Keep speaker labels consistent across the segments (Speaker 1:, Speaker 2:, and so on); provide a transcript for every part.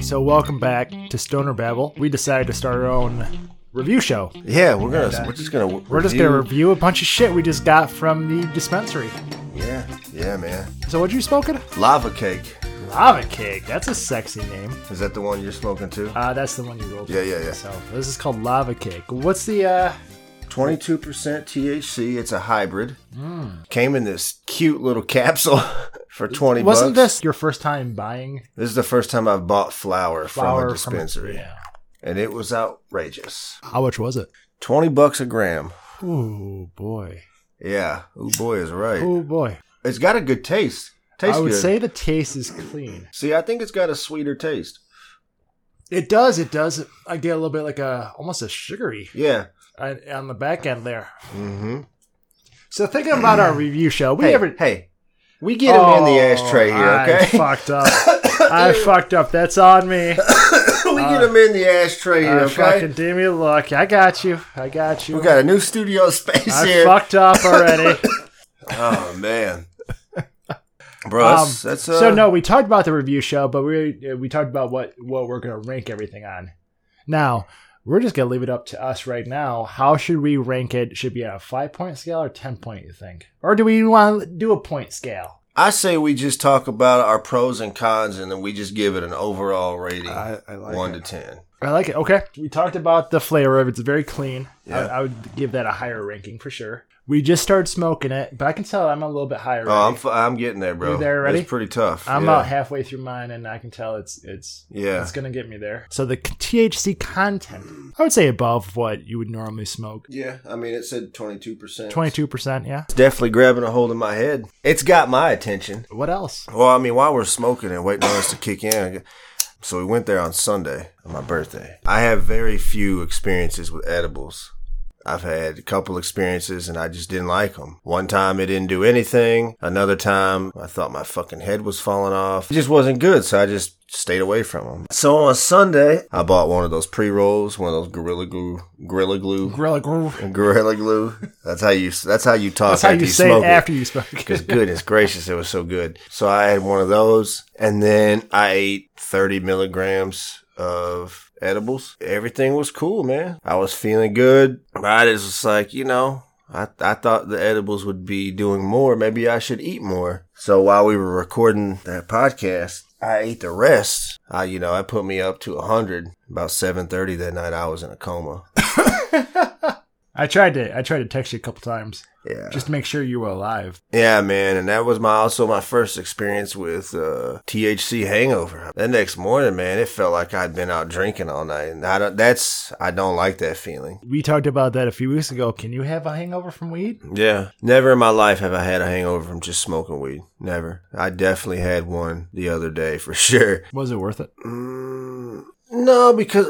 Speaker 1: So, welcome back to Stoner Babble. We decided to start our own review show.
Speaker 2: Yeah, we're gonna. we're just gonna.
Speaker 1: We're just gonna review a bunch of shit we just got from the dispensary.
Speaker 2: Yeah, yeah, man.
Speaker 1: So, what you smoking?
Speaker 2: Lava cake.
Speaker 1: Lava cake. That's a sexy name.
Speaker 2: Is that the one you're smoking too?
Speaker 1: Uh, that's the one you rolled.
Speaker 2: Yeah, yeah, yeah.
Speaker 1: So, this is called Lava Cake. What's the uh?
Speaker 2: Twenty-two percent THC. It's a hybrid.
Speaker 1: Hmm.
Speaker 2: Came in this cute little capsule for twenty.
Speaker 1: Wasn't
Speaker 2: bucks.
Speaker 1: this your first time buying
Speaker 2: This is the first time I've bought flour,
Speaker 1: flower
Speaker 2: from a dispensary,
Speaker 1: yeah.
Speaker 2: and it was outrageous.
Speaker 1: How much was it?
Speaker 2: Twenty bucks a gram.
Speaker 1: Oh boy.
Speaker 2: Yeah. Oh boy, is right.
Speaker 1: Oh boy.
Speaker 2: It's got a good taste. Tastes
Speaker 1: I would
Speaker 2: good.
Speaker 1: say the taste is clean.
Speaker 2: See, I think it's got a sweeter taste.
Speaker 1: It does. It does. I get a little bit like a almost a sugary
Speaker 2: Yeah.
Speaker 1: on, on the back end there.
Speaker 2: Mm-hmm.
Speaker 1: So thinking about our review show, we
Speaker 2: hey,
Speaker 1: ever
Speaker 2: hey, we get him in the ashtray here,
Speaker 1: Oh, I
Speaker 2: okay?
Speaker 1: fucked up. I fucked up. That's on me.
Speaker 2: we get him in the ashtray
Speaker 1: I
Speaker 2: here, okay?
Speaker 1: fucking do me a look. I got you. I got you.
Speaker 2: We got a new studio space
Speaker 1: I
Speaker 2: here.
Speaker 1: fucked up already.
Speaker 2: Oh man, bro,
Speaker 1: Um,
Speaker 2: that's, that's uh,
Speaker 1: so no, we talked about the review show, but we uh, we talked about what what we're gonna rank everything on. Now we're just gonna leave it up to us right now. How should we rank it? Should be on a five point scale or ten point? You think, or do we want to do a point scale?
Speaker 2: I say we just talk about our pros and cons, and then we just give it an overall rating,
Speaker 3: I
Speaker 2: one to ten.
Speaker 1: I like it. Okay, we talked about the flavor of it. it's very clean.
Speaker 2: Yeah.
Speaker 1: I, I would give that a higher ranking for sure. We just started smoking it, but I can tell I'm a little bit higher.
Speaker 2: Oh, I'm
Speaker 1: already.
Speaker 2: f- I'm getting there, bro.
Speaker 1: You there already?
Speaker 2: It's pretty tough.
Speaker 1: I'm
Speaker 2: yeah.
Speaker 1: about halfway through mine, and I can tell it's it's
Speaker 2: Yeah.
Speaker 1: it's gonna get me there. So the THC content, I would say above what you would normally smoke,
Speaker 2: Yeah, I mean, it said twenty two percent.
Speaker 1: twenty two percent. Yeah.
Speaker 2: It's definitely grabbing a hold of my head. It's got my attention.
Speaker 1: What else?
Speaker 2: Well, I mean, while we're smoking and waiting on us to kick in, so we went there on Sunday, on my birthday. I have very few experiences with edibles. I've had a couple experiences and I just didn't like them. One time it didn't do anything. Another time I thought my fucking head was falling off. It just wasn't good, so I just stayed away from them. So on Sunday, I bought one of those pre rolls, one of those Gorilla Glue, Gorilla Glue,
Speaker 1: Gorilla Groove.
Speaker 2: Gorilla Glue. That's how you. That's how Oh, you talk.
Speaker 1: That's how
Speaker 2: after
Speaker 1: you say it
Speaker 2: smoke
Speaker 1: after you smoke.
Speaker 2: because goodness gracious, it was so good. So I had one of those, and then I ate 30 milligrams of edibles. Everything was cool, man. I was feeling good. Right, it was just like you know, I I thought the edibles would be doing more. Maybe I should eat more. So while we were recording that podcast. I ate the rest. I, you know, I put me up to hundred. About seven thirty that night, I was in a coma.
Speaker 1: I tried to I tried to text you a couple times
Speaker 2: Yeah,
Speaker 1: just to make sure you were alive.
Speaker 2: Yeah, man, and that was my also my first experience with uh, THC hangover. The next morning, man, it felt like I'd been out drinking all night, and I don't, that's I don't like that feeling.
Speaker 1: We talked about that a few weeks ago. Can you have a hangover from weed?
Speaker 2: Yeah, never in my life have I had a hangover from just smoking weed. Never. I definitely had one the other day for sure.
Speaker 1: Was it worth it?
Speaker 2: Mm, no, because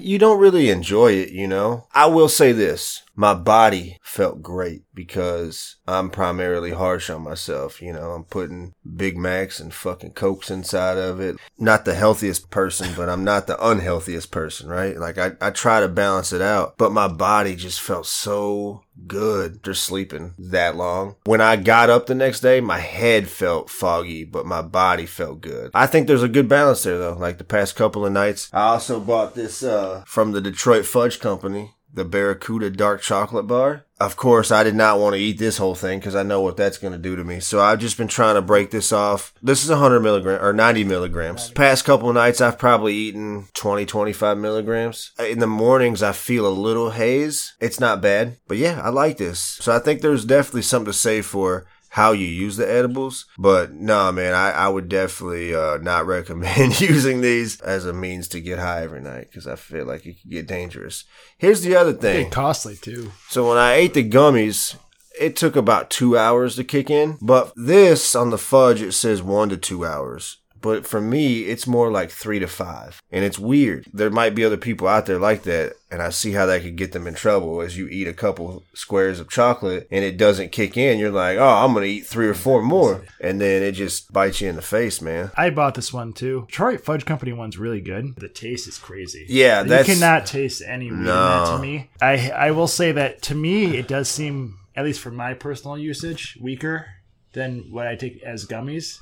Speaker 2: you don't really enjoy it, you know? I will say this my body felt great because I'm primarily harsh on myself, you know? I'm putting Big Macs and fucking Cokes inside of it. Not the healthiest person, but I'm not the unhealthiest person, right? Like, I, I try to balance it out, but my body just felt so good after sleeping that long. When I got up the next day, my head felt foggy, but my body felt good. I think there's a good balance there though. Like the past couple of nights, I also bought this uh from the Detroit Fudge Company, the Barracuda Dark Chocolate Bar. Of course, I did not want to eat this whole thing because I know what that's going to do to me. So I've just been trying to break this off. This is 100 milligrams or 90 milligrams. Past couple of nights, I've probably eaten 20, 25 milligrams. In the mornings, I feel a little haze. It's not bad, but yeah, I like this. So I think there's definitely something to say for how you use the edibles. But nah, man, I, I would definitely uh, not recommend using these as a means to get high every night because I feel like it could get dangerous. Here's the other thing.
Speaker 1: It costly too.
Speaker 2: So when I ate the gummies, it took about two hours to kick in. But this on the fudge, it says one to two hours. But for me, it's more like three to five. And it's weird. There might be other people out there like that. And I see how that could get them in trouble as you eat a couple squares of chocolate and it doesn't kick in. You're like, oh, I'm going to eat three or four more. And then it just bites you in the face, man.
Speaker 1: I bought this one too. Detroit Fudge Company one's really good. The taste is crazy.
Speaker 2: Yeah, that's-
Speaker 1: you cannot taste any weed in that
Speaker 2: No.
Speaker 1: to me. I I will say that to me it does seem, at least for my personal usage, weaker than what I take as gummies.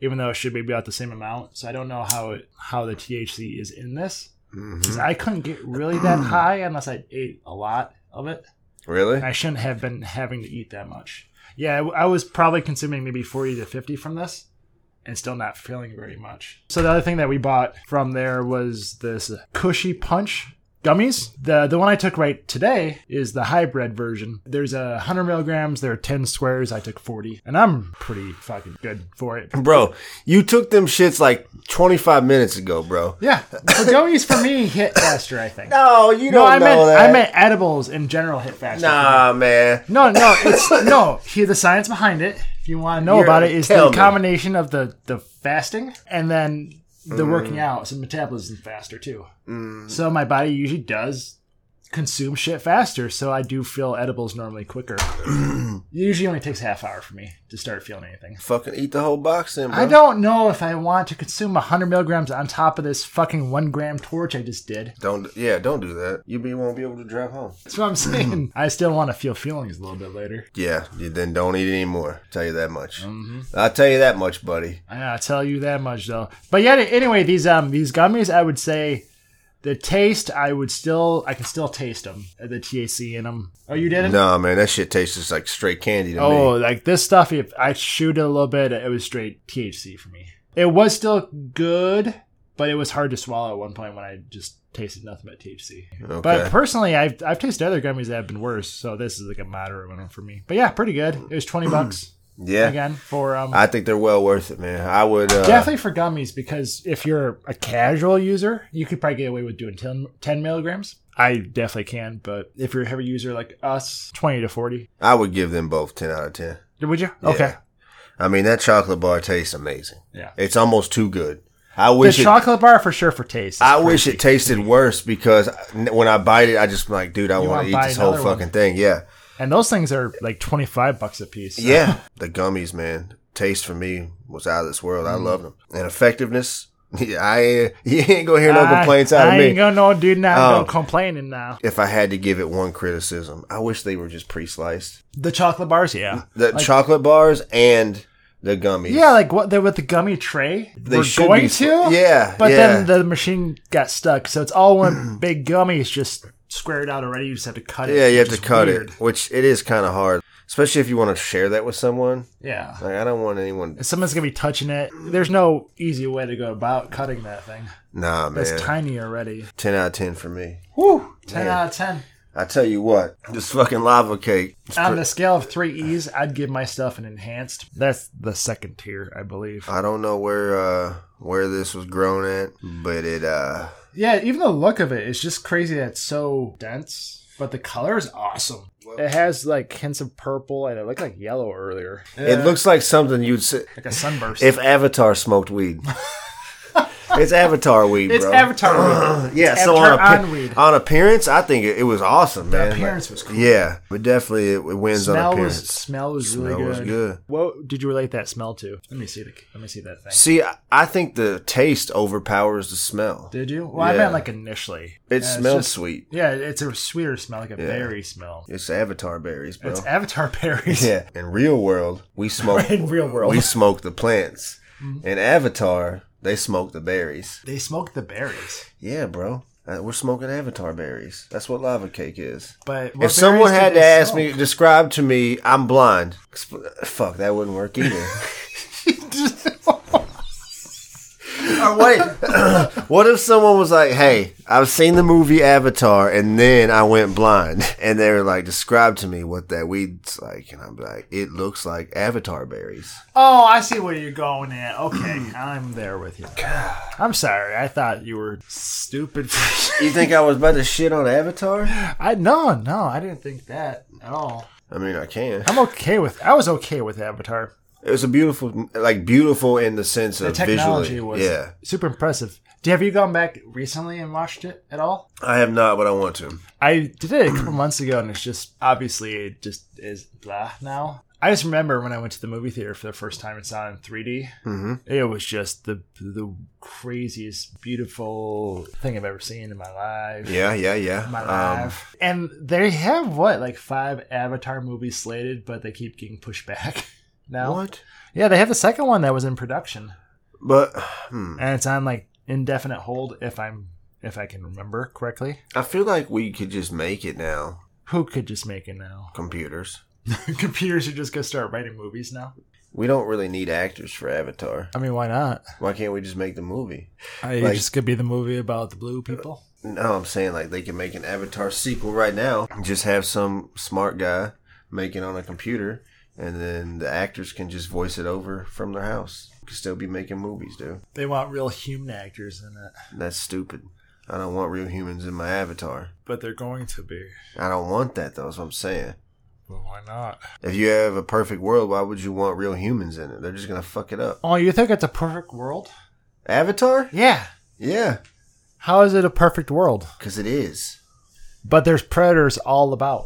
Speaker 1: even though it should be about the same amount. So I don't know how it how the THC is in this.
Speaker 2: Mhm.
Speaker 1: 'Cause I couldn't get really that high unless I ate a lot of it.
Speaker 2: Really?
Speaker 1: I shouldn't have been having to eat that much. Yeah, I I was probably consuming maybe 40 to 50 from this and still not feeling very much. So the other thing that we bought from there was this Cushy Punch gummies. The the one I took right today is the hybrid version. There's a 100 milligrams, there are 10 squares. I took 40, and I'm pretty fucking good for it.
Speaker 2: Bro, you took them shits like 25 minutes ago, bro.
Speaker 1: Yeah, the gummies for me hit faster, I think.
Speaker 2: No, you
Speaker 1: No,
Speaker 2: don't
Speaker 1: I
Speaker 2: know
Speaker 1: meant
Speaker 2: that.
Speaker 1: I meant edibles in general hit faster. for me.
Speaker 2: Nah, man.
Speaker 1: No, no, it's no. Here, the science behind it, if you want to know
Speaker 2: You're-
Speaker 1: about it, is
Speaker 2: tell
Speaker 1: the
Speaker 2: me.
Speaker 1: combination of the the fasting and then the
Speaker 2: Mm.
Speaker 1: working out. So metabolism faster too. So my body usually does consume shit faster. So I do feel edibles normally quicker. usually only takes half hour for me to start feeling anything.
Speaker 2: Fucking eat the whole box in, bro.
Speaker 1: I don't know if I want to consume 100 milligrams on top of this fucking one gram torch I just did.
Speaker 2: Don't- yeah, don't do that. You be- won't be able to drive home.
Speaker 1: That's what I'm saying. I still want to feel feelings a little bit later.
Speaker 2: Yeah, you then don't eat anymore. Tell you that much. I'll tell you that much, buddy.
Speaker 1: I tell you that much though. But yet, anyway, these um these gummies, I would say, the taste, I would still, I can still taste them, the THC in them. Oh, you didn't?
Speaker 2: Nah, man, that shit tastes just like straight candy to
Speaker 1: Oh,
Speaker 2: me.
Speaker 1: like this stuff, if I chewed it a little bit, it was straight THC for me. It was still good, but it was hard to swallow at one point when I just tasted nothing but THC.
Speaker 2: Okay.
Speaker 1: But personally, I've I've tasted other gummies that have been worse, so this is like a moderate one for me. But yeah, pretty good. It was twenty bucks
Speaker 2: yeah,
Speaker 1: again for um.
Speaker 2: I think they're well worth it, man. I would. Uh,
Speaker 1: Definitely for gummies because if you're a casual user, you could probably get away with doing 10, 10 milligrams. I definitely can, but if you're a heavy user like us, 20 to 40.
Speaker 2: I would give them both ten out of ten.
Speaker 1: Would you?
Speaker 2: Yeah.
Speaker 1: Okay.
Speaker 2: I mean, that chocolate bar tastes amazing.
Speaker 1: Yeah.
Speaker 2: It's almost too good. I
Speaker 1: The
Speaker 2: wish it,
Speaker 1: chocolate bar for sure for taste. is
Speaker 2: I wish
Speaker 1: crazy.
Speaker 2: it tasted worse because I- when I bite it, I just like, dude, I want
Speaker 1: wanna
Speaker 2: to eat
Speaker 1: buy
Speaker 2: this whole
Speaker 1: another one.
Speaker 2: fucking thing. Yeah,
Speaker 1: And those things are like 25 bucks a piece. so-
Speaker 2: yeah. The gummies, man, taste for me was out of this world.
Speaker 1: Mm-hmm.
Speaker 2: I loved them. And effectiveness, yeah, I you ain't gonna hear no
Speaker 1: I-
Speaker 2: complaints out
Speaker 1: I
Speaker 2: of me.
Speaker 1: ain't gonna no dude now.
Speaker 2: Oh.
Speaker 1: No complaining now.
Speaker 2: if I had to give it one criticism, I wish they were just pre-sliced.
Speaker 1: The chocolate bars, yeah,
Speaker 2: The
Speaker 1: Like-
Speaker 2: chocolate bars and the gummies.
Speaker 1: yeah, like what they with the gummy tray.
Speaker 2: they
Speaker 1: We're
Speaker 2: should
Speaker 1: going
Speaker 2: be,
Speaker 1: to,
Speaker 2: Yeah,
Speaker 1: But
Speaker 2: yeah.
Speaker 1: then the machine got stuck, so it's all one big gummy. It's just squared out already. You just have to cut it.
Speaker 2: yeah, you have
Speaker 1: which
Speaker 2: to
Speaker 1: is
Speaker 2: cut
Speaker 1: weird.
Speaker 2: it, which it is kind of hard, especially if you want to share that with someone.
Speaker 1: Yeah.
Speaker 2: Like, I don't want anyone.
Speaker 1: If someone's gonna be touching it, there's no easy way to go about cutting that thing.
Speaker 2: Nah, man.
Speaker 1: It's tiny already.
Speaker 2: ten out of ten for me.
Speaker 1: Woo! Ten
Speaker 2: Man.
Speaker 1: out of ten.
Speaker 2: I tell you what, this fucking lava cake. it's
Speaker 1: On
Speaker 2: pre-
Speaker 1: the scale of three E's, I'd give my stuff an enhanced. That's the second tier, I believe.
Speaker 2: I don't know where uh where this was grown at, but it uh
Speaker 1: Yeah, even the look of it is just crazy that it's so dense. But the color is awesome. It has like hints of purple and it looked like yellow earlier.
Speaker 2: it looks like something you'd say
Speaker 1: like a sunburst.
Speaker 2: if Avatar smoked weed. it's Avatar weed,
Speaker 1: it's
Speaker 2: bro.
Speaker 1: Avatar. weed.
Speaker 2: Yeah,
Speaker 1: It's
Speaker 2: so on,
Speaker 1: Avatar
Speaker 2: appear-
Speaker 1: on weed.
Speaker 2: on appearance, I think it, it was awesome, man. Like,
Speaker 1: appearance was cool.
Speaker 2: Yeah, but definitely it, it wins on
Speaker 1: smell was
Speaker 2: appearance.
Speaker 1: smell was really
Speaker 2: Smell was
Speaker 1: good.
Speaker 2: good.
Speaker 1: What did you relate that smell to? Let me see the let me see that thing.
Speaker 2: See, I, I think the taste overpowers the smell.
Speaker 1: Did you? Well, I
Speaker 2: Yeah.
Speaker 1: meant like initially.
Speaker 2: It
Speaker 1: Yeah, it's
Speaker 2: smells
Speaker 1: just-
Speaker 2: sweet.
Speaker 1: Yeah, it's a sweeter smell, like a berry smell.
Speaker 2: It's Avatar berries, bro.
Speaker 1: It's Avatar berries.
Speaker 2: yeah. In real world, we smoke
Speaker 1: In real world. Mm-hmm.
Speaker 2: we smoke the plants. In Avatar, they smoke the berries.
Speaker 1: They smoke the berries,
Speaker 2: Yeah, bro. Uh, We're smoking Avatar berries. That's what lava cake is.
Speaker 1: but
Speaker 2: if someone had to ask me, describe to me, I'm blind. Expl- Fuck, that wouldn't work either. Or wait, what if someone was like, "Hey, I've seen the movie Avatar, and then I went blind," and they were like, "Describe to me what that weed's like," and I'm like, "It looks like Avatar berries."
Speaker 1: oh, I see where you're going at. Okay, I'm there with you. I'm sorry. I thought you were stupid.
Speaker 2: You think I was about to shit on Avatar?
Speaker 1: I no, no, I didn't think that at all.
Speaker 2: I mean, I can.
Speaker 1: I'm okay with. I was okay with Avatar.
Speaker 2: It was a beautiful, like beautiful in the sense
Speaker 1: The
Speaker 2: of
Speaker 1: technology
Speaker 2: visually.
Speaker 1: was
Speaker 2: Yeah,
Speaker 1: super impressive. Do- Have you gone back recently and watched it at all?
Speaker 2: I have not, but I want to.
Speaker 1: I did it a couple months ago, and it's just obviously it just is blah now. I just remember when I went to the movie theater for the first time and saw it in 3D.
Speaker 2: Mm-hmm.
Speaker 1: It was just the the craziest, beautiful thing I've ever seen in my life.
Speaker 2: Yeah, yeah, yeah.
Speaker 1: My
Speaker 2: Um,
Speaker 1: life. and they have what like five Avatar movies slated, but they keep getting pushed back. now.
Speaker 2: What?
Speaker 1: Yeah, they have a second one that was in production,
Speaker 2: But hmm,
Speaker 1: and it's on like indefinite hold. If I'm if I can remember correctly,
Speaker 2: I feel like we could just make it now.
Speaker 1: who could just make it now?
Speaker 2: Computers.
Speaker 1: Computers are just gonna start writing movies now.
Speaker 2: We don't really need actors for Avatar.
Speaker 1: I mean, why not?
Speaker 2: Why can't we just make the movie?
Speaker 1: I,
Speaker 2: Like-
Speaker 1: it just could be the movie about the blue people.
Speaker 2: No, I'm saying like they can make an Avatar sequel right now. Just have some smart guy make it on a computer, and then the actors can just voice it over from their house. Could still be making movies, dude.
Speaker 1: They want real human actors in it,
Speaker 2: That's stupid. I don't want real humans in my Avatar.
Speaker 1: but they're going to be.
Speaker 2: I don't want that though. Is what I'm saying.
Speaker 1: But why not?
Speaker 2: If you have a perfect world, why would you want real humans in it? They're just gonna fuck it up.
Speaker 1: Oh, you think it's a perfect world?
Speaker 2: Avatar?
Speaker 1: Yeah.
Speaker 2: Yeah,
Speaker 1: How is it a perfect world?
Speaker 2: because it is
Speaker 1: But there's predators all about.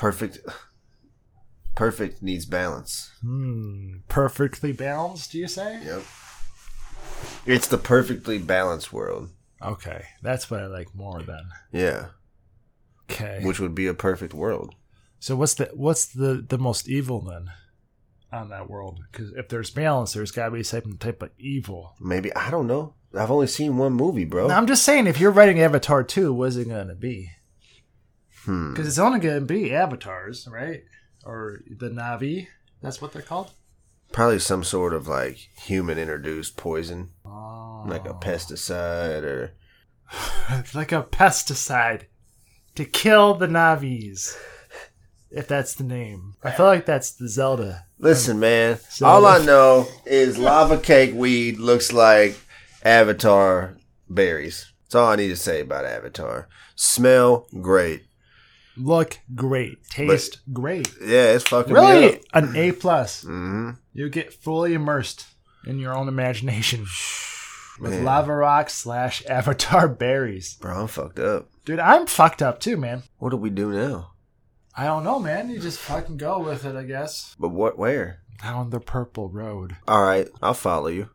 Speaker 2: perfect. Perfect needs balance.
Speaker 1: Hmm. Perfectly balanced, do you say?
Speaker 2: Yep. It's the perfectly balanced world.
Speaker 1: Okay, that's what I like more then.
Speaker 2: Yeah.
Speaker 1: Okay.
Speaker 2: Which would be a perfect world.
Speaker 1: so what's the what's the the most evil then on that world? Because if there's balance, there's got to be some type of evil.
Speaker 2: Maybe I don't know. I've only seen one movie, bro.
Speaker 1: Now, I'm just saying, if you're writing Avatar 2, what's it going to be?
Speaker 2: Hmm.
Speaker 1: Because it's only going to be avatars, right? Or the Navi. That's what they're called.
Speaker 2: Probably some sort of like human introduced poison, like a pesticide or
Speaker 1: like a pesticide to kill the Navis. If that's the name, I feel like that's the Zelda.
Speaker 2: Listen, man.
Speaker 1: Um, so-
Speaker 2: all I know is lava cake weed looks like Avatar berries. That's all I need to say about Avatar. Smell great.
Speaker 1: Look great, taste great.
Speaker 2: Yeah, it's fucking me
Speaker 1: Really,
Speaker 2: up.
Speaker 1: an A plus.
Speaker 2: Mhm.
Speaker 1: You get fully immersed in your own imagination with
Speaker 2: Man.
Speaker 1: lava rock slash avatar berries.
Speaker 2: Bro, I'm fucked up.
Speaker 1: Dude, I'm fucked up too, man.
Speaker 2: What do we do now?
Speaker 1: I don't know, man. You just fucking go with it, I guess.
Speaker 2: But what? Where?
Speaker 1: Down the purple road.
Speaker 2: All right, I'll follow you.